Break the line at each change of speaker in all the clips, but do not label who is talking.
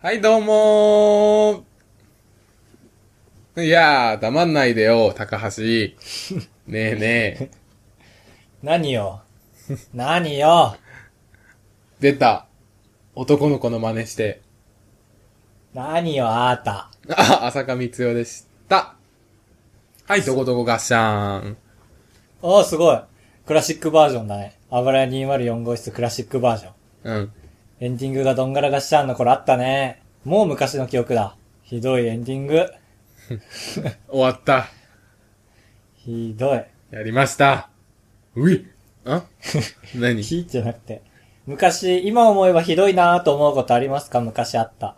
はい、どうもーいやー、黙んないでよ、高橋。ねえねえ。
何よ何よ
出た。男の子の真似して。
何よあーた。
あ、浅香光代でした。はい、どこどこガッシャーン。
おーすごい。クラシックバージョンだね。あばらや204号室クラシックバージョン。
うん。
エンディングがどんがらがっしゃんの頃あったね。もう昔の記憶だ。ひどいエンディング。
終わった。
ひどい。
やりました。うい。あ何
ひじゃなくて。昔、今思えばひどいなぁと思うことありますか昔あった。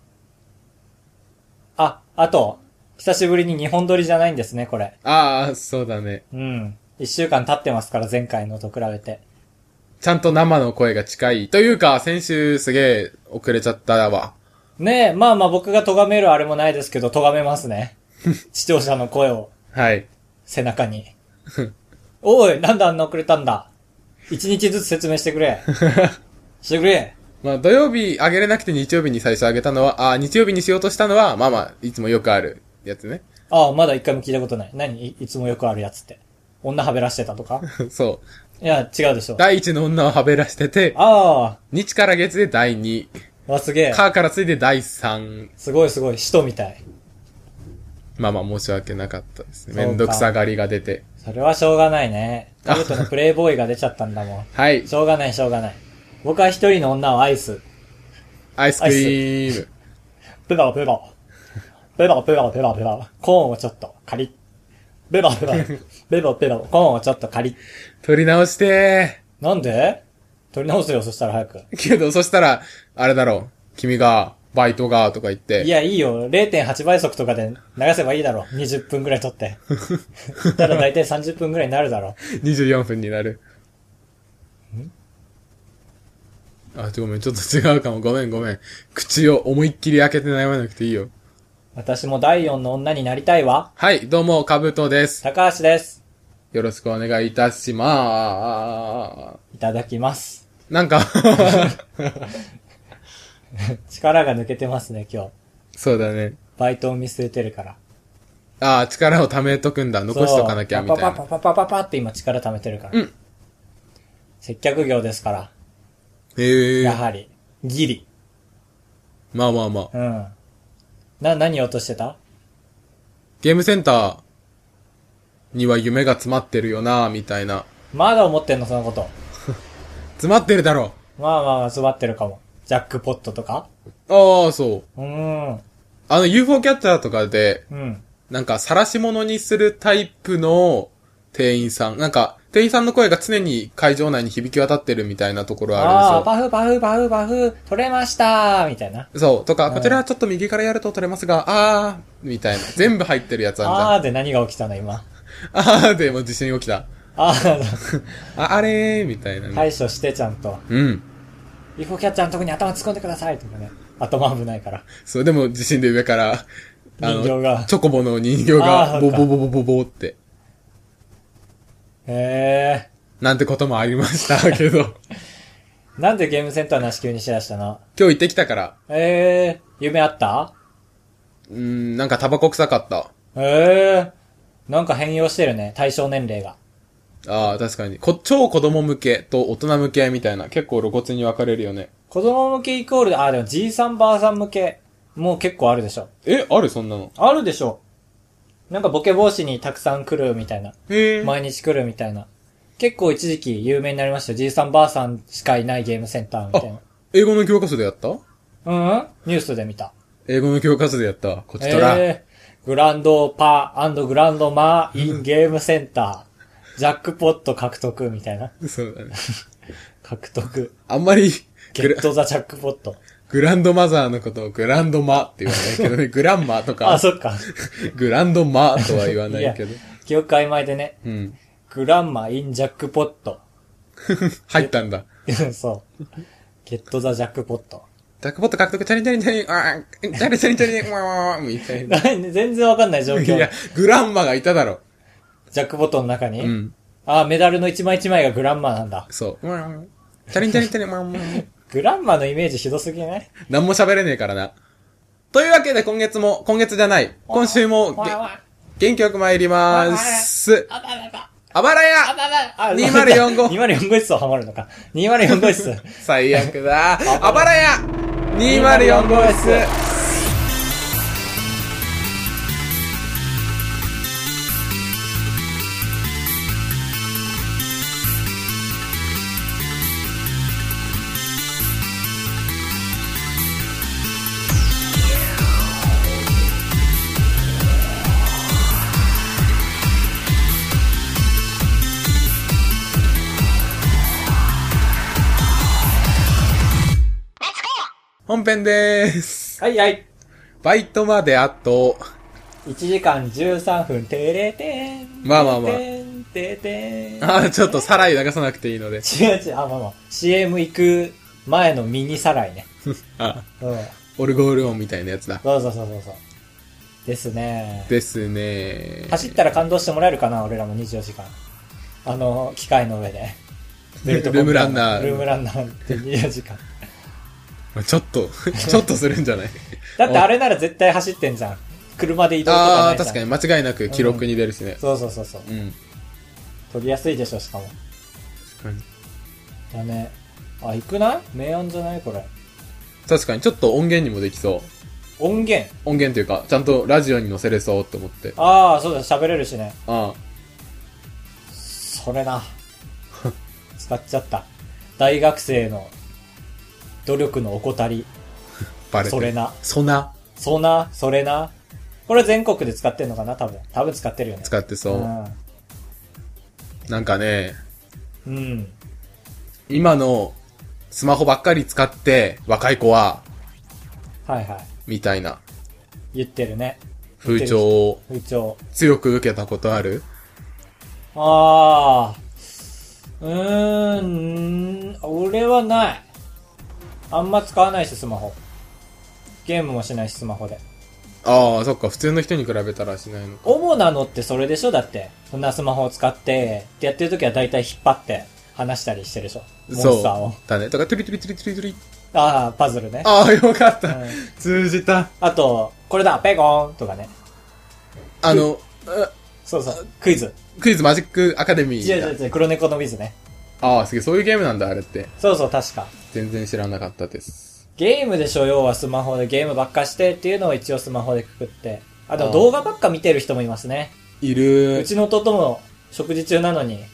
あ、あと、久しぶりに日本撮りじゃないんですね、これ。
ああ、そうだね。
うん。一週間経ってますから、前回のと比べて。
ちゃんと生の声が近い。というか、先週すげえ遅れちゃったわ。
ねえ、まあまあ僕が咎めるあれもないですけど、咎めま すね。視聴者の声を
はい。
背中に。 おい、なんであんな遅れたんだ一日ずつ説明してく れ。してくれ。
まあ、土曜日上げれなくて日曜日に最初上げたのは、あー日曜日にしようとしたのは、まあまあ、いつもよくあるやつね。
ああ、まだ一回も聞いたことない。何いいつもよくあるやつって。女はべらしてた とか
そ
いや、違うでしょ
う。。第一の女をはべらしてて、
あ
日から月で第二、
あ、わ、すげえ。
かからついで第三。
すごいすごい、使徒みたい。
まあまあ、申し訳なかったですね。
そう
め
か
んどくさがりが出て。
それはしょうがないね。
あ
タルトのプレイボーイが出ちゃったんだも
はい
ん。。しょうがない、しょうがない。僕は一人の女を愛す。
アイスクリーム。
ペロペロ。ペロペロペロペロ。コーンをちょっとカリッ。ペロ ペロ。ペロペロ。コーンをちょっとカリッ。
取り直して
なんで取り直せよ、そしたら早く。
けど、そしたら、あれだろう。君が、バイトが、とか言って。
いや、いいよ。0.8倍速とかで流せばいいだろ。20分くらい取 って。たら大体30分くらいになるだろ。
24分になる。あ、ごめん、ちょっと違うかも。ごめん、ごめん。口を思いっきり開けて悩まなくていいよ。
私も第4の女になりたいわ。
はい、どうも、かぶとです。
高橋です。
よろしくお願いいたしま
いただきます。
ーす。なん か、
力が抜けてますね、今日。
そうだね。
バイトを見据えてるから。
ああ、力を貯めとくんだ。残しとかなきゃ、みたい
そうパパ
な。
パパパパパって今力貯めてるから。
うん
接客業ですから。
へえ
や。はり。ギリ。
まあまあまあ。
うん。な、何を落としてた
ゲームセンターには夢が詰まってるよな、みたいな。
まだ思ってんのそのこと。
詰まってるだろ
まあまあまあ、座ってるかも。ジャックポットとか
ああ、そう。
うーん。
あの、UFO キャッチャーとかで、
うん。
なんか、晒し物にするタイプの店員さん。なんか、店員さんの声が常に会場内に響き渡ってるみたいなところ
ああ
あ
ー、
るんで
パフパフパフパフ、取れましたーみたいな。
すよ。そう。とか、こちらはちょっと右からやると取れますが、あー、みたいな。全部入ってるやつあ
あ
ん
ーで何が起きたの今。
じゃん。あーでもう地震起きた。
あー、
あ、あれー、みたいなね。
対処してちゃんと。
うん。
イフォキャッチャーのとこに頭突っ込んでくださいとかね。頭危ないから。
そう、でも地震で上から、
人形が
チョコボの人形
あ
が、
ー
ボ
そっか
ボボボボボって、
へえ
なんてこともありましたけ ど、
ー。なんでゲームセンターなし急にしだしたの
今日行ってきたから、
ええー、夢あった
うーん、なんかタバコ臭かった。
ええー、なんか変容してるね、対象年齢が。
ああ、確かに。こ、超子供向けと大人向けみたいな。結構露骨に分かれるよね。
子供向けイコールで、あ、でもじいさんばあさん向け、もう結構あるでしょ。
え、あるそんなの。
あるでしょ。なんかボケ防止にたくさん来るみたいな。
へえ。
毎日来るみたいな。結構一時期有名になりましたよ。じいさんばあさんしかいないゲームセンターみたいな
あ。、英語の教科書でやった
うん、うん、ニュースで見た。
英語の教科書でやったわ。こちとら。
えー、グランドパーグランドマーインゲームセンター。ジャックポット獲得みたいな。
そうだね。
獲得。
あんまり、
ゲ
グラ
ッ、トザジャックポット。
グランドマザーのことをグランドマって言わないけどね。グランマと
あ、
か、
そっか。
グランドマとは言わないけど
い。記憶曖昧でね。
うん。
グランマインジャック ポット。
入ったんだ。
そう。ゲットザジャックポット。
ダックポット獲得、チャリンチャリンチャリン、あーチャリンチャリンチャリン、わーみたいな。
何 全然わかんない状況。
いや
ジ、
グランマがいただろ。
ャックポットの中に。
うん。
あ、メダルの一枚一枚がグランマなんだ。
そう。チャリンチャリンチャリン、わー
グランマのイメージひどすぎない
何も喋れねえからな。というわけで今月も、今月じゃない、今週もげ
わわわ
元気よく参りまーす。
あばばば
あばら
あ
や
ばばあ
2045
2045室をハマるのか。2045室。
最悪だ。
あ
あばらや !204 号室本編でーす。
はいはい。
バイトまであと、
1時間13分、てれてん。
まあまあまあ
てんてんてん。
あーちょっとさらい流さなくていいので。
違う違う、あ、まあまあ。CM 行く前のミニさらいね。
あ、
うん。
オルゴール音みたいなやつだ。
そうそうそうそうそう。ですね。
ですね
走ったら感動してもらえるかな、俺らも24時間。あの、機械の上で。
ルームランナー
ルームランナーって24時間。
ちょっ と、ちょっとするんじゃない
だってあれなら絶対走ってんじゃん。車で移動とか
あ
ない
あ、
じゃん。
確かに間違いなく記録に出るしね。
そうそうそうそう。
うん。
撮りやすいでしょ、しかも。
確かに。
だね。あ、行くない明暗じゃないこれ。
確かに、ちょっと音源にもできそう。
音源。
音源というか、ちゃんとラジオに載せれそうって思って。
ああ、そうだ、喋れるしね。
ああ、
それな。 使っちゃった。大学生の努力の怠り。
バレて
それ
る。
な。
そな、
そな、それな。これ全国で使ってんのかな多分。多分使ってるよね。
使ってそう。
う
なんかね、
ん。うん。
今のスマホばっかり使って、若い子は、
はいはい。
みたいな
言ってるね。
風潮を
風潮。
強く受けたことある
ああ。うーん。俺はない。あんま使わないし、スマホ。ゲームもしないし、スマホで。
ああ、そっか、普通の人に比べたらしないのか。
主なのってそれでしょだって。そんなスマホを使って、ってやってる時は大体引っ張って話したりしてるでしょモンスターを
そ。う。だね。だから、トゥリトゥリトゥリトゥリトゥリ。
ああ、パズルね。
ああ、よかっ
う
た。
ん
通じた。
あと、これだ、ペコーンとかね。
あの、あ
そうそう、クイズ。
クイズマジックアカデミー
違う
だ
違う違う、黒猫のビズね。
ああ、すげえ、そういうゲームなんだ、あれって。
そうそう、確か。
全然知らなかったです。
ゲームでしょ、要はスマホでゲームばっかしてっていうのを一応スマホでくくって。あ、でも
あー
動画ばっか見てる人もいますね。
いうる。
ちの弟も食事中なのに、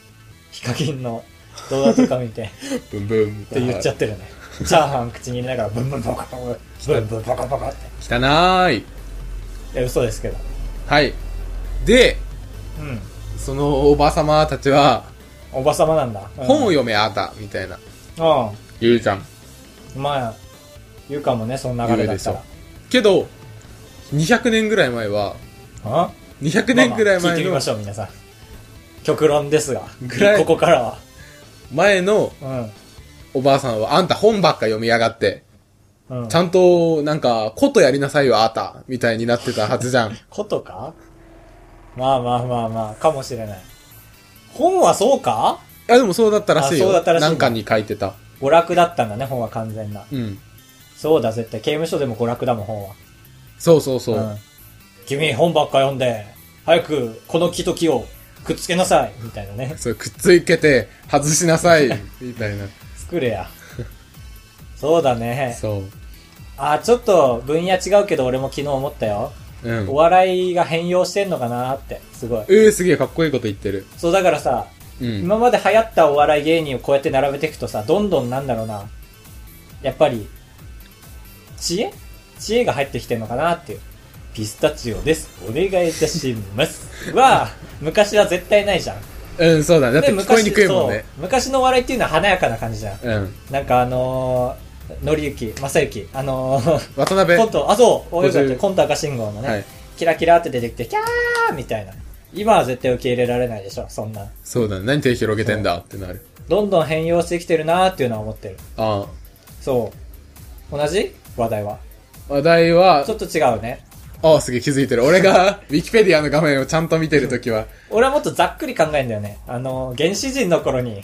ヒカキンの動画とか見 て、
ブンブン。み
ったて
いな
言っちゃってるね。チャーハン口に入れながら、ブンブンボカボカ、ブンブンボカボカって。
汚ーい。
いや、嘘ですけど。
はい。で、
うん。
そのおばさまたちは、
おばさまなんだ。うん、
本を読めあた、みたいな。言うじゃん。
うん。まあ、言うかもね、その流れだったら
言。けど、200年ぐらい前は、
あ
200年ぐらい
まあまあ聞
前
いてみ
の
まし、ょう、皆さん。極論ですが
ぐら、い
ここからは。
前の
う
おばあさんは、あんた本ばっか読みやがって、
ん。うん
ち。ゃんと、なんか、ことやりなさいよ、あた、みたいになってたはずじゃ ん。
ことかまあまあまあまあ、かもしれない。本はそうか
あ、でもそうだったらしいよ。
あそうだったらしいんだ
なんかに書いてた。
娯楽だったんだね、本は完全な。
うん。
そうだ、絶対。刑務所でも娯楽だもん、本は。
そうそうそう。
ん。君、本ばっか読んで、早く、この木と木を、くっつけなさいみたいなね。
そう、くっついけて、外しなさい、みたい な。
作 れや。そうだね。
そ
あ、ちょっと、分野違うけど、俺も昨日思ったよ。
う。うん
お。笑いが変容してんのかなって、すごい。
えー、すげえかっこいいこと言ってる。
そう、だからさ、
うん。
今まで流行ったお笑い芸人をこうやって並べていくとさ、どんどんなんだろうな、やっぱり、知恵知恵が入ってきてんのかなっていう。ピスタチオです。お願いいたし ます。は、昔は絶対ないじゃん。
うん、そうだね。だって
で
聞こえにくいもんね。
そう昔のお笑いっていうのは華やかな感じじゃん。
うん。
なんかあのー、のりゆき、まさゆき、あのー、
渡辺。
コント、あ、そう、およかった
50
コント赤信号のね、
はい。
キラキラって出てきて、キャーみたいな。今は絶対受け入れられないでしょ、そんな。
そうだね。何手広げてんだってなる。
どんどん変容してきてるなーっていうのは思ってる。
あ
そう。同じ話題は。
あ。話題は
ちょ、っと違うね。
ああ、すげえ気づいてる。俺 が、ウィキペディアの画面をちゃんと見てるときは、
俺はもっとざっくり考えんだよね。あの、原始人の頃に、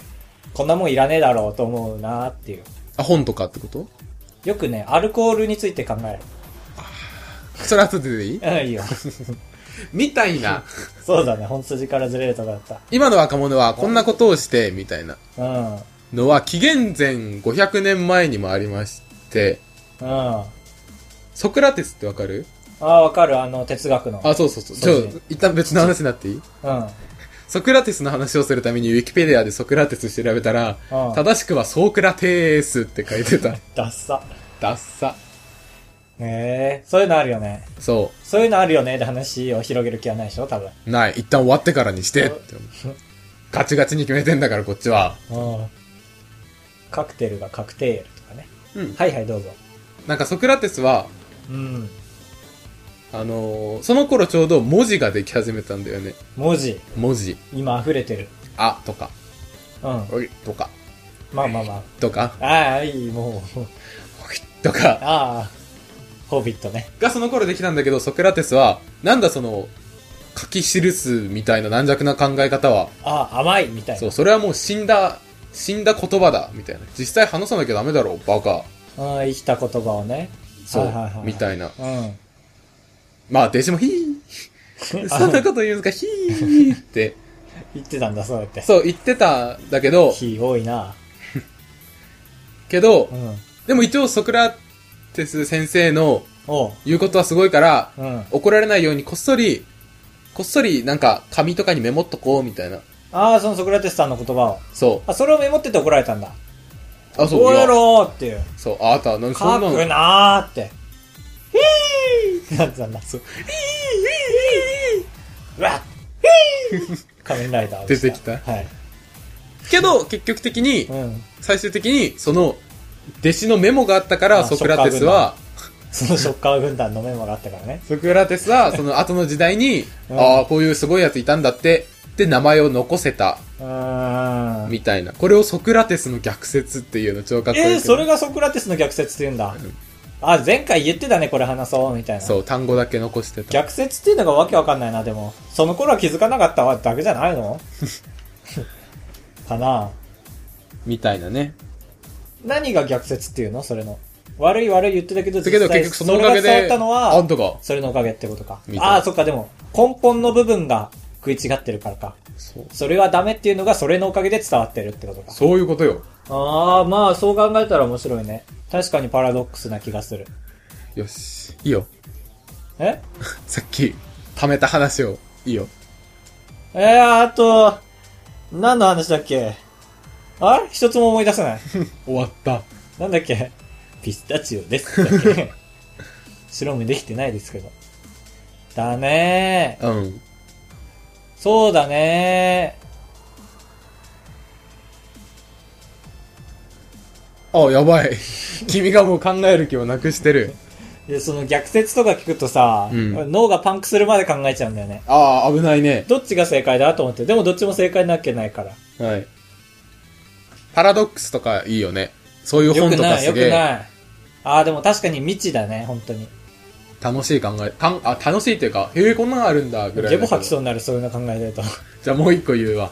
こんなもんいらねえだろうと思うなーっていう。
あ、本とかってこと
よくね、アルコールについて考える。
それ後ででいい
うん、いいよ。
みたいな。
そうだね、本筋からずれるとこだった。
今の若者はこんなことをして、みたいな
うん。うん。
のは、紀元前500年前にもありまして、
あ
ソクラテスってわかる
あ、わかる、あの、哲学の。
あ、そうそうそう。
そうね
ちょ、一旦別の話になっていい
うん。
ソクラテスの話をするためにウィキペディアでソクラテス調べたら、
うん
正しくはソークラテースって書いて た。
ダッサ。
ダッサ。
ねえ、そういうのあるよね。
そ
そういうのあるよねって話を広げる気はないでしょ、多分。
う。ない。一旦終わってからにしてって思うガチガチに決めてんだから、こっちは。
うん。カクテルがカクテールとかね。
うん。
はいはい、どうぞ。
なんかソクラテスは、
うん。
あのーその頃ちょうど文字ができ始めたんだよね。
文字、
文字。
今溢れてる。
あ、とか、
うん。
おい、とか、
まあまあま
とか、
あ。ああ、いい、もう。
おい、とか、
ああ、ホビットね。
がその頃できたんだけど、ソクラテスは、なんだその、書き記すみたいな軟弱な考え方は、
ああ、甘いみたいな。
そう、それはもう死んだ、死んだ言葉だ、みたいな。実際話さなきゃダメだろ、バカ。
うん、生きた言葉をね。
そう、
はいはいはい
みたいな。
うん。
まあ、弟子もヒーそんなこと言うんですか、ヒーって。
言ってたんだ、そうやって。
そう、言ってたんだけど、
火多いな。
けど
う、ん。
でも一応ソクラテス先生の
おう。
言うことはすごいから、
うん。あ
怒られないようにこっそり、こっそりなんか紙とかにメモっとこう、みたいな。
あ、そのソクラテスさんの言葉を。
そ
あ、それをメモってて怒られたんだ。
う。あ、そう。
こうや
いや
ろうっていう。
そう、ああとは何そ
書
んなの
くなーって。ヒーな ってたんだ。そう。ヒーヒーヒーうわっヒー 仮面ライダーをした
出てきた
はい。
けど、結局的に
う、ん。
最終的に、その、弟子のメモがあったから、
あ
ソクラテスは、
そのショッカー軍団のメモがあったからね。
ソクラテスは、 その後の時代に、
うん
ああ、こういうすごいやついたんだって、で、名前を残せた、
うーん。
みたいな。これをソクラテスの逆説っていうの超かっこいいけど。
えー、それがソクラテスの逆説って言うんだ。あ、前回言ってたね、これ話そう、みたいな。
そう、単語だけ残してた。
逆説っていうのがわけわかんないな、でも。その頃は気づかなかったわ、だけじゃない のかな
みたいなね。
何が逆説っていうのそれの。悪い悪い言ってたけど、
だけど
実際
結局そのおかげ
それが伝わ
で、
ったの
あん
は、
たが、
それのおかげってことか
み。たいな
ああ、そっか、でも、根本の部分が食い違ってるからか。
そう、
それはダメっていうのが、それのおかげで伝わってるってことか。
そういうことよ。
ああ、まあ、そう考えたら面白いね。確かにパラドックスな気がする。
よし、いいよ。
え
さっき、溜めた話を、いいよ。
えー、あと、何の話だっけあれ一つも思い出 せない。
終わった。
なんだっけピスタチオです。だ っけ白目できてないですけど。だねー。
うん。
そうだね
あ、やばい。 君がもう考える気をなくしてる。
ー。で、その逆説とか聞くとさ、
うん
脳がパンクするまで考えちゃうんだよね。
ああ、危ないね。
どっちが正解だと思って。でもどっちも正解なわけないから。
はい。パラドックスとかいいよね。そういう
よ
本
く
とか
ない、
す
よく
げえ
ない。ああ、でも確かに未知だね、本当に。
楽しい考え、たんあ、楽しいっていうか、へえ、こんなのあるんだ、ぐらい。
ゲボ吐きそうになる、そういうの考えてると。
じゃあもう一個言うわ。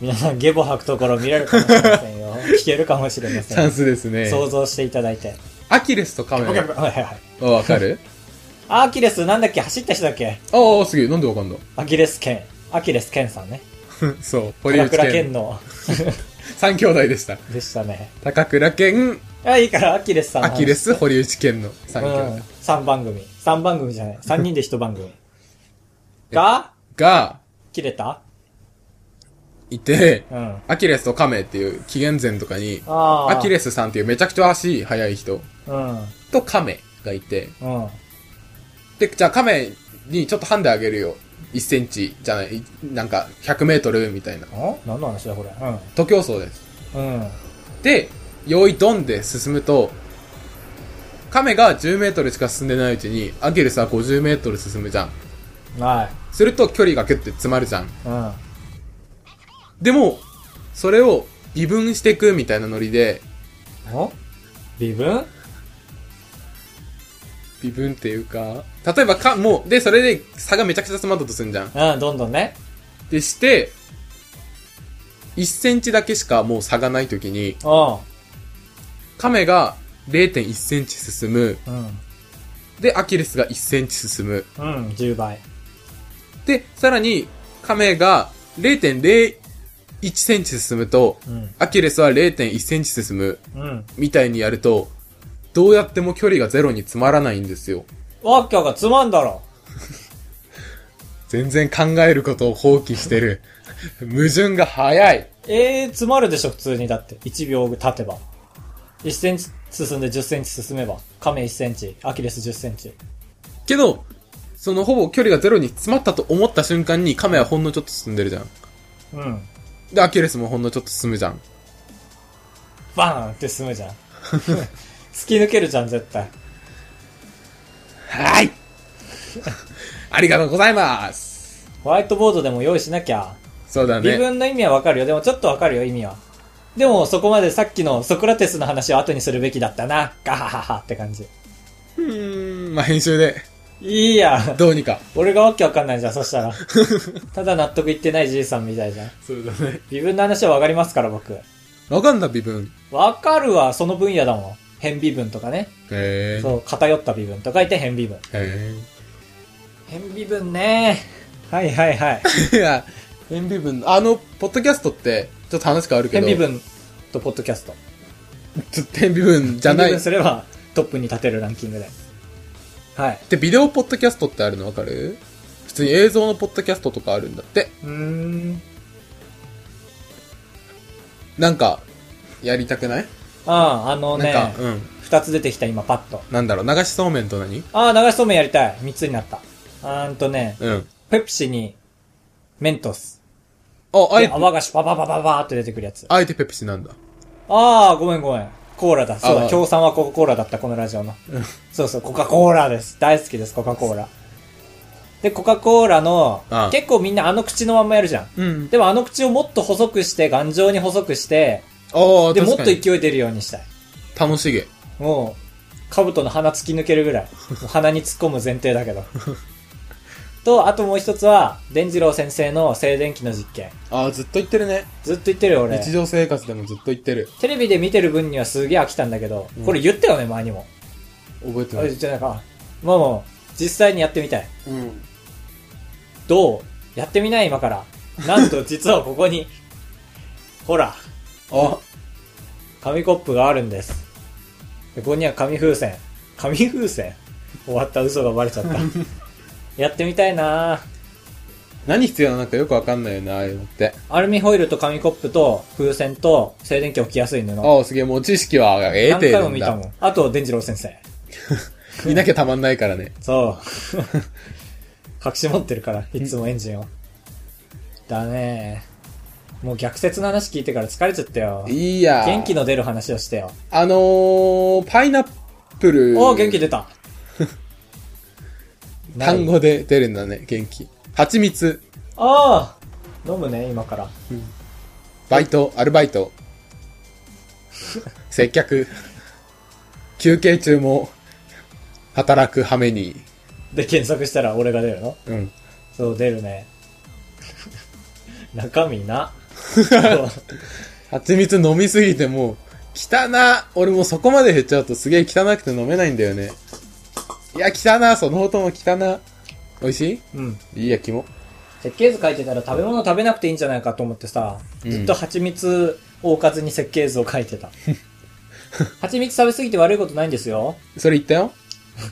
皆さん、ゲボ吐くところ見られるかもしれませ んよ。聞けるかもしれま
チ
せ
ャン
ん。
スですね。
想像していただいて。
アキレスとカメ
はい
ラ。
はいはい。
あ、わか る
アキレス、なんだっけ走った人だっけ
ああ、すげえ。なんでわかんだ
アキレス腱。アキレス腱さんね。
そう、ポリ
高
ウチ
倉健
剣。
の。
三兄弟でした。
でしたね。
高倉健、
あ、いいから、アキレスさんの
ア
話。
キレス、堀内健の
う
三兄
ん
弟。。
3番組。3番組じゃない。3人で1番 組。が、
が、
切れた
いて、
うん。あ
アキレスとカメっていう紀元前とかに、
あー。
アキレスさんっていうめちゃくちゃ足速い人
うん。うん。
とカメがいて、で、じゃあ亀にちょっとハンデあげるよ。1センチじゃない、いなんか100メートルみたいな。
お何の話だ、これ。う
徒競走です。
ん。うん。
で、用意ドンで進むと、亀が10メートルしか進んでないうちに、アキレスは50メートル進むじゃん。
はい。
すると距離がキュッて詰まるじゃん。
うん。
でも、それを微分していくみたいなノリで、
お微分
微分っていうか、例えばか、もう、で、それで差がめちゃくちゃ詰まったとするんじゃん。
うん、どんどんね。
でして、1センチだけしかもう差がないときに、
うん。
亀が0.1センチ進む、
うん。
で、アキレスが1センチ進む。
うん、10倍。
で、さらに、亀が0.01センチ進むと、
うん。
アキレスは0.1センチ進む、
うん。
みたいにやると、どうやっても距離がゼロに詰まらないんですよ。
ワッキャがつまんだろ。
全然考えることを放棄して る。矛盾が早い。
ええー、詰まるでしょ、普通に。だって。1秒経てば。1センチ進んで10センチ進めば。亀1センチ、アキレス10センチ。
けど、そのほぼ距離がゼロに詰まったと思った瞬間に亀はほんのちょっと進んでるじゃん。
うん。
で、アキレスもほんのちょっと進むじゃん。
バーンって進むじゃん。 突き抜けるじゃん、絶対。
はい ありがとうございます
ホワイトボードでも用意しなきゃ。
そうだ
微
ね。
分の意味はわかるよ。でもちょっとわかるよ、意味は。でもそこまでさっきのソクラテスの話を後にするべきだったな。ガハハハって感じ。
うーん、まあ編集で、
いいや。
どうにか。
俺がわけわかんないじゃん、そしたら。 ただ納得いってないじいさんみたいじゃん。
そうだね。
微分の話はわかりますから、僕。
わかんだ、微分。
わかるわ、その分野だもん。変微分とかね。
へー。
そう、偏った微分と書いて変微分。
へ
変微分ねはいはいはい。
ー。い や、変微分、あの、ポッドキャストって、ちょっと話変わるけ
変
ど、
微分とポッドキャスト。
ちょっと変微分じゃな
変
い。
微分
っ
すればトップに立てるランキングで。はい。
て、ビデオポッドキャストってあるのわかる普通に映像のポッドキャストとかあるんだって。
うーん。
なんか、やりたくない
ああ、あの
なん
ね、
か、うん。
二つ出てきた今パッと。
なんだろう、流しそうめんと何
ああ、流しそうめんやりたい。三つになった。あーんとね、
うん。
ペプシに、メントス。
あ、あ
で
えて、
泡がシュパパパパパーって出てくるやつ。
あえてペプシなんだ。
ああ、ごめんごめん。コーラだ。そう
あ
だ、
あ
共産はコカ・コーラだった、このラジオの。そうそう、コカ・コーラです。大好きです、コカ・コーラ。で、コカ・コーラの
ああ、
結構みんなあの口のまんまやるじゃん。
うん。
でもあの口をもっと細くして、頑丈に細くして、
ああ、
で、も
確
っと
かに。
勢い出るようにしたい。
楽しげ。
もう、兜の鼻突き抜けるぐらい。もう鼻に突っ込む前提だけど。と、あともう一つは、伝次郎先生の静電気の実験。
ああ、ずっと言ってるね。
ずっと言ってるよ、俺。
日常生活でもずっと言ってる。
テレビで見てる分にはすげえ飽きたんだけど、これ言ったよね、前にも。
覚えて
あ
な
言
い
っ。てないか。もうもう、実際にやってみたい。
うん。
どうやってみない今から。な んと、実はここに、ほら、
あ、
紙コップがあるんです。でここには紙風船。紙風船終わった嘘がバレちゃった。 やってみたいなぁ
何必要なのかよくわかんないよな、ああいうのって。
アルミホイルと紙コップと風船と静電気起きやすい布。
ああ、すげえ、もう知識は得
何
てる
回も
ん
見た
だ。
もん。あと、伝次郎先生。
いなきゃたまんないからね。
そう。 隠し持ってるから、いつもエンジンを。だねもう逆説の話聞いてから疲れちゃったよ。
いいや。
元気の出る話をしてよ。
あのー、パイナップル。
おー元気出た
単
ない
語で出るんだね、元気。蜂蜜、
ああ飲むね、今から。
バイト、アルバイ ト。接客。休憩中も、働く羽目に。
で、検索したら俺が出るの
うん。
そう、出るね。 中身 な。そう
蜂蜜飲みすぎてもう、汚な俺もうそこまで減っちゃうとすげえ汚くて飲めないんだよね。いや、汚なその音も汚な美味し
うん。
いいいや、キモ。
設計図書いてたら食べ物食べなくていいんじゃないかと思ってさ、
うん
ずっと蜂蜜を置かずに設計図を書 いてた。蜂蜜食べ過ぎて悪いことないんですよ。
それ言ったよ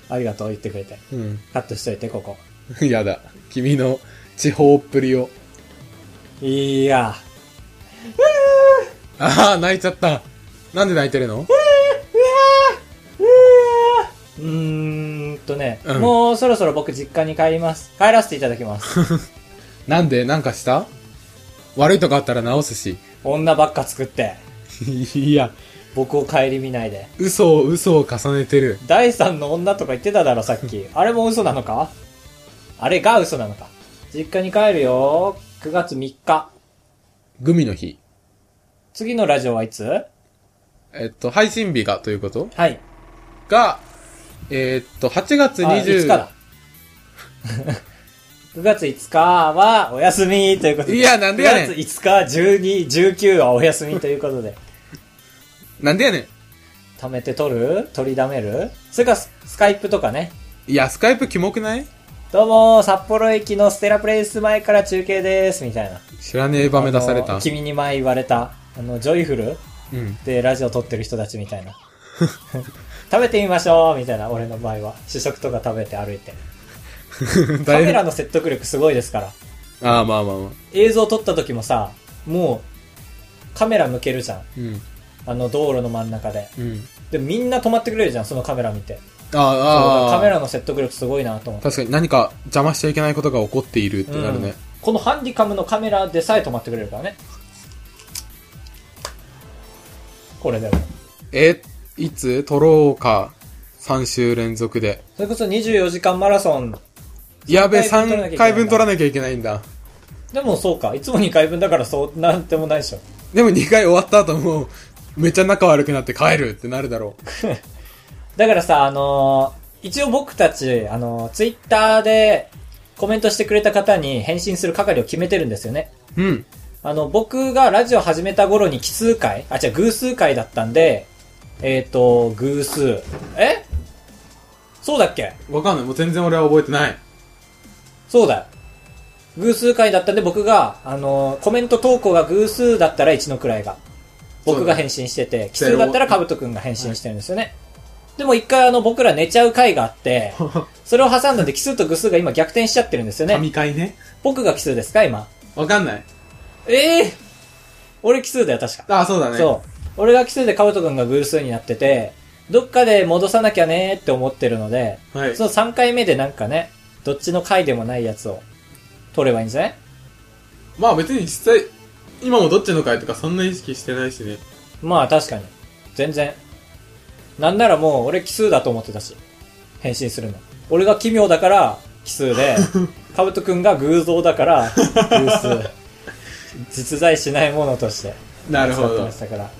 ありがとう、言ってくれて。
うん。
カットしといて、ここ。
やだ。君の地方っぷりを。
いや
ああ、泣いちゃった。なんで泣いてるの
うーんとね、
うん
もうそろそろ僕実家に帰ります。帰らせていただ きます。
なんでなんかした悪いとこあったら直すし。
女ばっか作って、
いや、
僕を顧みないで。
嘘を嘘を重ねてる。
第三の女とか言ってただろ、さっき。あれも嘘なのかあれが嘘なのか。実家に帰るよ。9月3日。
グミの日。
次のラジオはいつ
えっと、配信日がということ
はい。
が、えーっと、8月
あい
20
つかだ。9月5日はお休みということで。
いやなんでやねん
9月5日、12、19はお休みということで。
なんでやねん。
貯めて取る取りだめるそれからススカイプとかね。
いや、スカイプキモくない
どうもー、札幌駅のステラプレイス前から中継です、みたいな。
知らねえ場面出され
あ
た
の。君に前言われた、あの、ジョイフル
うん。
でラジオ撮ってる人たちみた いな。食べてみましょうみたいな、俺の場合は。試食とか食べて歩いて。 カメラの説得力すごいですから。
ああ、まあまあまあ。
映像撮った時もさ、もう、カメラ向けるじゃん。
うん。
あの、道路の真ん中で。
うん。
で、みんな止まってくれるじゃん、そのカメラ見て。
ああ、ああ。
カメラの説得力すごいなと思って。
確かに何か邪魔しちゃいけないことが起こっているってなる
うん
ね。
このハンディカムのカメラでさえ止まってくれるからね。これでも。
え、いつ撮ろうか。3週連続で。
それこそ24時間マラソン。
やべ、
三回分
3回分撮らなきゃいけないんだ。
でもそうか。いつも2回分だからそう、なんでもないでしょ。
でも2回終わった後もう、めっちゃ仲悪くなって帰るってなるだろ
だからさ、あのー一応僕たち、あのツイッター Twitter でコメントしてくれた方に返信する係を決めてるんですよね。
う。うん。
あの、僕がラジオ始めた頃に奇数回あ、違う、偶数回だったんで、えっ、ー、と、偶数。えそうだっけ
わかんない。もう全然俺は覚えてない。
そうだよ。偶数回だったんで僕が、あのーコメント投稿が偶数だったら一の位が。僕が返信してて、奇数だったらかぶとくんが返信してるんですよね。でも一回あの僕ら寝ちゃう回があって、それを挟んだんで奇数と偶数が今逆転しちゃってるんですよね。
神回ね。
僕が奇数ですか今。
わかんない。
ええ俺奇数だよ確か。
ああ、そうだね。
そう。俺が奇数でかぶとくんが偶数になってて、どっかで戻さなきゃねーって思ってるので、
はい
そ。の3回目でなんかね、どっちの回でもないやつを取ればいいんじゃない
まあ別に実際、今もどっちの回とかそんな意識してないしね。
まあ確かに。全然。なんならもう俺奇数だと思ってたし。返信するの。俺が奇妙だから奇数 で、カブトくんが偶像だから偶 数。実在しないものとして
なる
使
ほ
って
ど
ま。したから。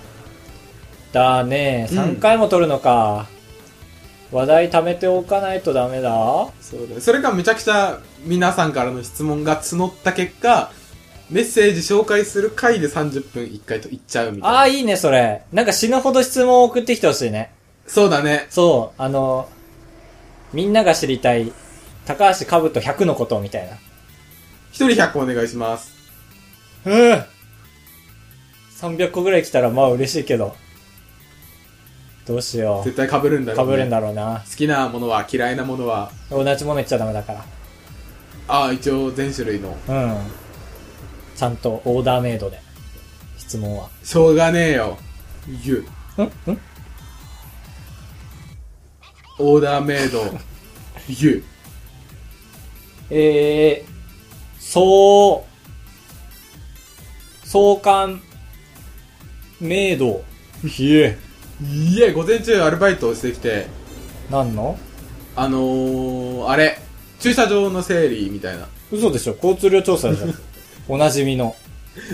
だね
うん
3回も撮るのか。話題貯めておかないとダメだ。
そうだね。それがめちゃくちゃ皆さんからの質問が募った結果、メッセージ紹介する回で30分1回と言っちゃうみたい
あ
な。
あ、いいね、それ。なんか死ぬほど質問を送ってきてほしいね。
そうだね。
そう、あの、みんなが知りたい、高橋かぶと100のことみたいな。
一人100個お願いします。
うん。300個ぐらい来たらまあ嬉しいけど。どうしよ
絶対被るんだ
う。
ろ
か
う、ね。
ぶるんだろうな。
好きなものは嫌いなものは、
同じもの言っちゃダメだか
ああ、一応全種類の。
ら。うん。ちゃんとオーダーメイドで。質問は。
しょうがねえよ。言う。
んん
オーダーメイド。言う。
えー、そう、相関、メイド。ひえ。
いえ、午前中アルバイトをしてきて、
なんの
あのー、あれ、駐車場の整理みたいな。
嘘でしょ交通量調査でしょおなじみの。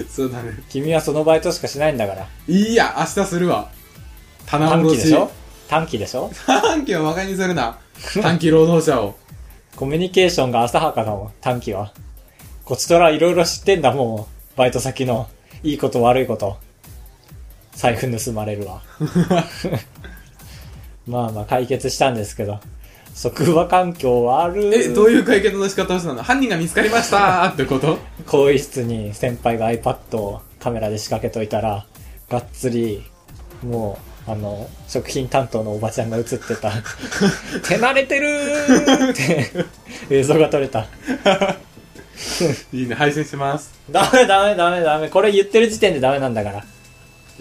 そうだね。
君はそのバイトしかしないんだから。
いいや、明日するわ。棚
短期
卸
で
し。
しょ短期でしょ
短期を馬鹿にする な。短期労働者を。
コミュニケーションが浅はかだもん、短期は。こちとらいろいろ知ってんだもん、バイト先の。いいこと悪いこと。財布盗まれるわ。 まあまあ解決したんですけど。職場環境悪
え、どういう解決の仕方をしたの犯人が見つかりましたってこと
更衣室に先輩が iPad をカメラで仕掛けといたら、がっつり、もう、あの、食品担当のおばちゃんが映って た。手慣れてるーって映像が撮れた。
いいね、配信します。
ダメダメダメダメ。これ言ってる時点でダメなんだから。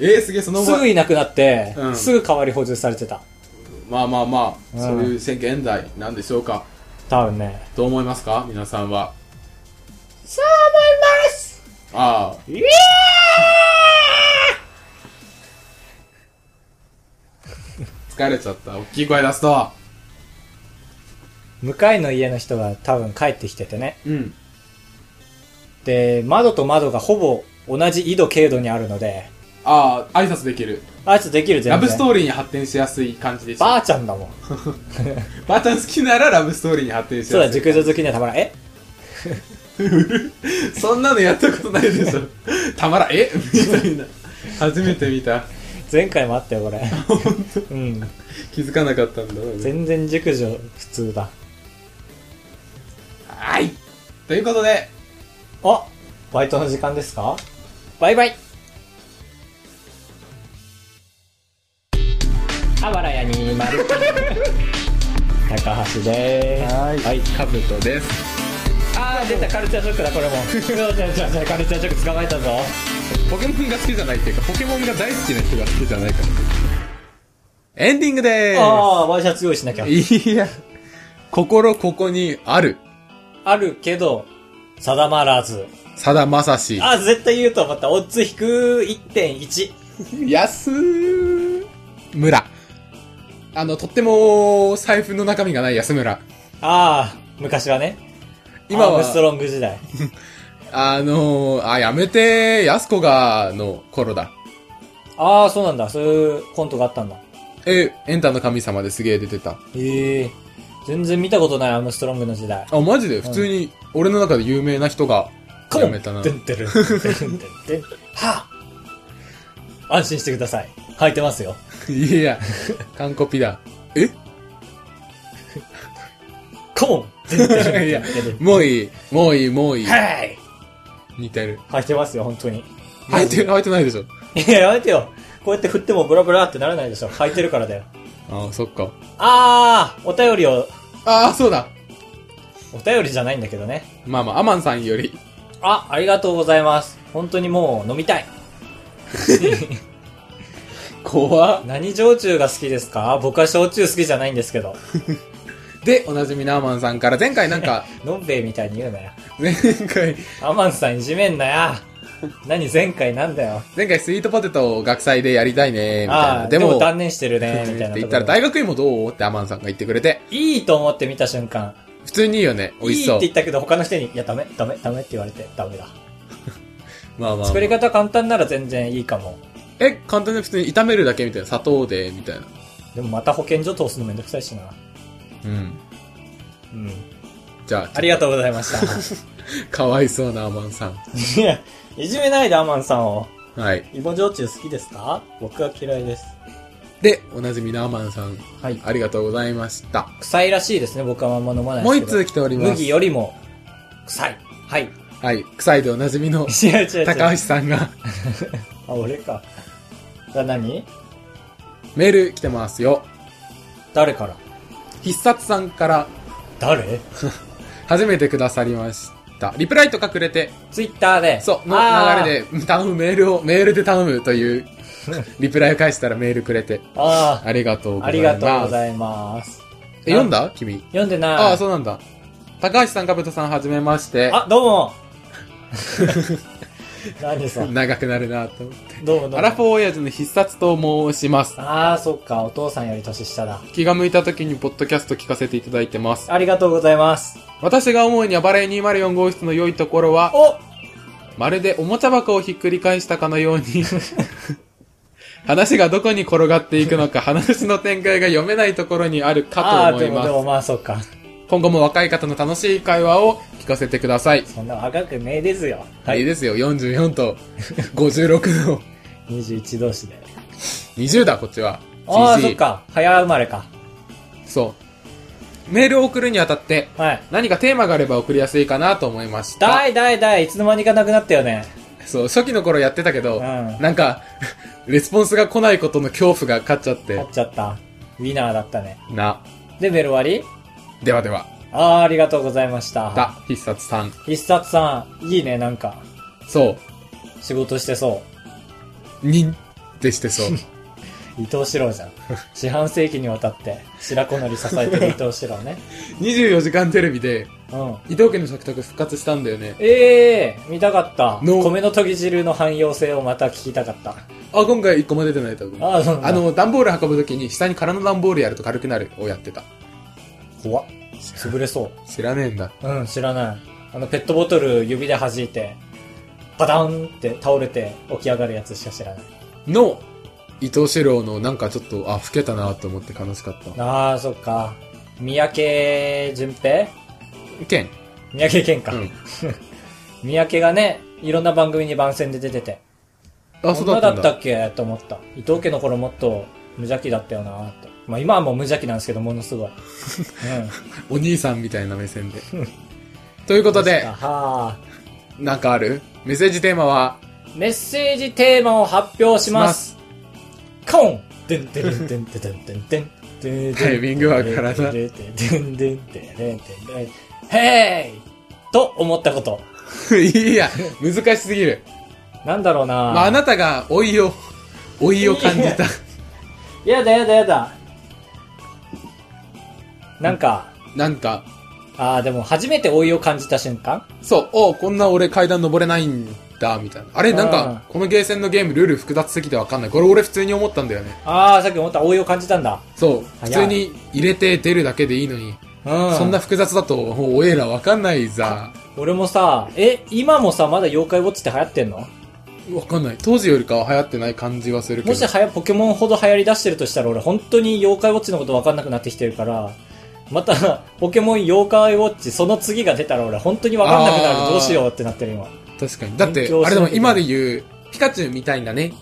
えー、すげえ、その
す
場
ぐいなくなって、
うん
すぐ代わり補充されてた。
まあまあまあ、
うん
そういう選挙現在なんでしょうか。
多分ね。
どう思いますか皆さんは。
そう思います
ああ、
イエー
疲れちゃった。大きい声出すと。
向かいの家の人が多分帰ってきててね。
うん。
で、窓と窓がほぼ同じ緯度経度にあるので、
ああ、挨拶できる。
あいつできる全然。
ラブストーリーに発展しやすい感じでし
ば
た。
あちゃんだもん。
ばあちゃん好きならラブストーリーに発展し
そう
や
だ、
すい。
熟女好きにはたまらん。え
そんなのやったことないでしょ。たまらん、えみたいな。初めて見た。
前回もあったよ、これ。うん。
気づかなかったんだ。
全然熟女普通だ。
はいということで、
あバイトの時間ですかバイバイあばらやにまる 高橋でーすはい
かぶとです。
あー出たカルチャーショックだこれも違う違う違う違う カルチャーショック捕まえたぞ
ポケモンが好きじゃないっていうか、ポケモンが大好きな人が好きじゃないから。エンディングで
ああーワイシャツ用意しなきゃ
す。いや、心ここにある、
あるけど定まらず
さだまさし。
あー絶対言うと思ったオッズ引く1.1
安村。あの、とっても財布の中身がない安村。
ああ昔はね
今
アー
は
ム、ストロング時代
あのー、あ、やめて、安子が、の頃だ。
ああそうなんだそういうコントがあったんだ
え、エンタの神様ですげえ出てた。
へえ全然見たことないアームストロングの時代
あ、マジで普通に、俺の中で有名な人が、やめたな
て。んてるんてんてん はあ安心してください履いてますよ
いや、完コピだ。え
コーンてんてるん
い
て
や
んてる
もういい、もういい、もういい。
はい
似てる。
履いてますよ本当に
入って、入ってないでしょ。
いややめてよこうやって振ってもブラブラってならないでしょ履いてるからだよ
ああ、そっか。
あーお便りを
ああ、そうだ。
お便りじゃないんだけどね
まあまあ、アマンさんより。
あありがとうございます本当にもう飲みたい
怖
何焼酎が好きですか僕は焼酎好きじゃないんですけど
で、おなじみのアマンさんから、前回なん か、
のんべえみたいに言うなよ
前回、
アマンさんいじめんなや何前回なんだよ
前回スイートポテトを学祭でやりたいね、みたい
ああ
な。
で
で
も
も、
断念して るね
って
みたいな
言っ
とこ
たら、
ろ
大学院もどうってアマンさんが言ってくれて、
いいと思って見た瞬間
普通にいいよね、美味
い
し
いっ
そ
て
う。
言ったけど他の人に「いやダメダメダメ」って言われてダメだ
まあまあまあ
作り方簡単なら全然いいかも
え、簡単に普通に炒めるだけみたいな、砂糖で、みたいな。
でもまた保健所通すのめんどくさいしな
うん。
うん
じゃあ、
ありがとうござい まし
かわいそうなアマンさん。
たいやいじめないでアマンさんを
はい。
芋焼酎好きですか僕は嫌いです
で、おなじみのアマンさん、
はい
ありがとうございました。
臭いらしいですね僕はあんま飲まないで
もう
すけ
一
ど
通来ております
麦。よりも臭いはい違
はい。臭いでおなじみ の
う違う違う
高橋さんが
あ、俺か。だ、何
メール来てますよ。
誰から
必殺さんから
誰
初めてくださりました。リプライとかくれて、
ツイッターで。
そう、の
あー
流れで、頼む、メールを、メールで頼むという、 リプライを返したらメールくれて、
あ
ありがとうござ
あ、あ
い
り
ます。
がとうございます。
え読んだ君。
読んでない。
ああ、そうなんだ。高橋さん、かぶとさん、はじめまして。
あどうも 何さ、
長くなるなと思って。
どうもどうも。
アラフォー親父の必殺と申します。
ああ、そっか、お父さんより年下だ。
気が向いた時にポッドキャスト聞かせていただいてます。
ありがとうございます。
私が思うに暴れ204号室の良いところは、
お
まるでおもちゃ箱をひっくり返したかのように、 話がどこに転がっていくのか、話の展開が読めないところにあるか
あ
と思
ーで
い
も
ます
で。もまあそっか。
今後も若い方の楽しい会話を聞かせてください。
そんな若くねえですよ。
い、い。ですよ、44と56の
21同士で。
20だ、こっちは。
ああ、
CC
そっか。早生まれか。
そう。メールを送るにあたって、
はい。
何かテーマがあれば送りやすいかなと思いました。
だいだいだい、いつの間にかなくなったよね。
そう、初期の頃やってたけど、
うん
なんか、 レスポンスが来ないことの恐怖が勝っちゃって
勝っ、ちゃった。ウィナーだったね。
な。
で、メル割り
ではでは、
あー、ありがとうございました。
だ、必殺さん。
必殺さん、いいね、なんか。
そ、
仕事してそう
にんってして そう。
う。伊藤四郎じ ゃん。四半世紀にわたって、白子のり支えてる伊藤四郎ね。
24時間テレビで、
うん。
伊藤家の食卓復活したんだよね。
ええー、見たかった。
の
米の研ぎ汁の汎用性をまた聞きたかった。
あ、今回1個も出てないと思う。
あー、そうなんだ
あ、の、段ボール運ぶときに、下に空の段ボールやると軽くなるをやってた。
怖っ。潰れそ
知らねえんだ。
う。うん、知らない。あの、ペットボトル指で弾いて、パタンって倒れて起き上がるやつしか知らない。
の、伊藤四郎のなんかちょっと、あ、老けたなと思って悲しかった。
あー、そっか。三宅淳平
ケン。
三宅健か。
うん。
三宅がね、いろんな番組に番宣で出てて、
あ、そうだ
女
ったん
だっ
だ。
たっけと思った。伊藤家の頃もっと無邪気だったよなって。まあ今はもう無邪気なんですけど、ものすごい。うん。
お兄さんみたいな目線で。ということ
した
で、
は
なんかあるメッセージテーマは、
ーメッセージテーマを発表します。カオンてんてんてんてんてんてんてん。
タイミングわからな
てんてんてんてんてんてん。ヘイと思ったこと。
いや、難しすぎる。
なんだろうな
まあ、あなたが老いを、 老いを感じた。
やだやだやだ。なんか、
なんか、
ああ、でも初めて老いを感じた瞬間
そう、おこんな俺階段登れないんだ、みたいな。あれ、なん
うん
か、このゲーセンのゲームルール複雑すぎてわかんない。これ俺普通に思ったんだよね。
ああ、さっき思った老いを感じたんだ。
そう、普
早い
通に入れて出るだけでいいのに、
うん。
そんな複雑だと、もうおえらわかんないざ。
俺もさ、え、今もさ、まだ妖怪ウォッチって流行ってんの
わかんない。当時よりかは流行ってない感じはするけ
も
ど。
しはや、ポケモンほど流行り出してるとしたら、俺本当に妖怪ウォッチのこと分かんなくなってきてるから、また、 ポケモン妖怪ウォッチ、その次が出たら俺本当に分かんなくな
あ
る。
ー
どうしようってなってる今。
確かに。だって
勉強、し
あれ
なきゃ
でも今で言う、ピカチュウみたいんだね。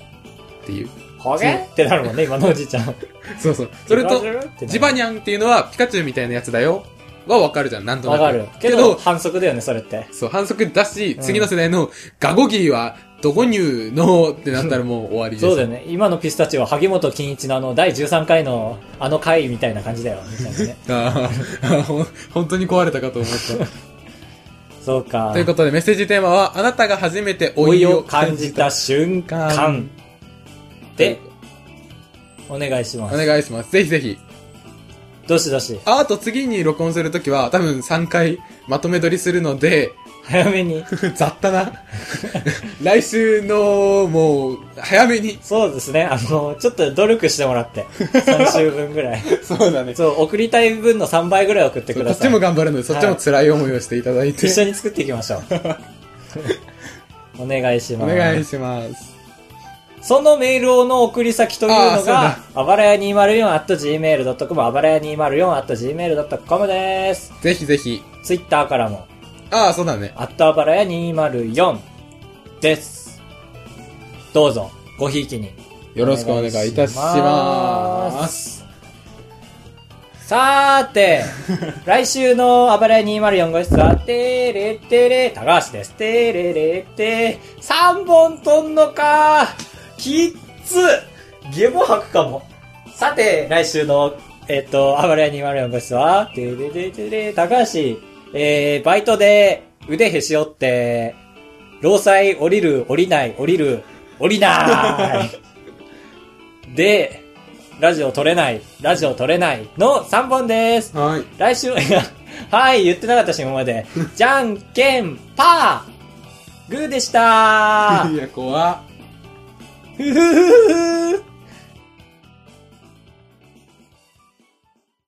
っていう。
ほげ ってなるもんね、今のおじいちゃん。
そうそう。 それと
ジ、バジルってなる
ジバニャンっていうのはピカチュウみたいなやつだよ。はわかるじゃん、なんとな
分
く。
かる。けど、反則だよね、それって。
そう、反則だし、
うん
次の世代のガゴギーはどこにゅうのってなったらもう終わりです。
そうだよね。今のピスタチオは、萩本欽一のあの、第13回の、あの回みたいな感じ だよ、みたいなね。
あー ほん本当に壊れたかと思 った。
そうか。
ということでメッセージテーマは、あなたが初めて老
老
い
い
を
を
感
感
じ
じ
た。
た瞬間で、お願いし
お
ます。
願いします。ぜひぜひ。
どしどし、
あ、あと次に録音するときは、多分3回まとめ撮りするので、
早めに。
雑多な。 来週の、もう、早めに。
そうですね。あの、ちょっと努力してもらって。3週分 ぐらい。
そうだね。こ
そう、送りたい分の3倍ぐらい送ってくだ
っ
さ
ち
い
も。頑張るので、そっちも辛い思いをしていただいて
一。緒に作っていき ましょう。お願いし
お
ます。
願いします。
そのメールをの送り先という
あーそ
の
うだ
が、あばらや 204.gmail.com、あばらや 204.gmail.com です。
ぜひぜひ。
ツイッターからも、
ああ、そうだね。
あったばらや204です。どうぞ、ごひいきに。
よろしくお願いいたします。
す。さー て、来週のあばれ204号室は、てれてれ、高橋です。てれれて、3本とんのかきっつゲボ吐くかも。さて、来週の、えっと、あばれ204号室は、てれれてれ、高橋、えー、バイトで腕へし折って、労災降りる、降りない、降りる、降りないで、ラジオ撮れない、ラジオ撮れないの3本です。
はい。
来週、い や、はい、言ってなかったし、今まで。じゃんけん、パーグーでしたー
いや、怖っ。
ふふふふ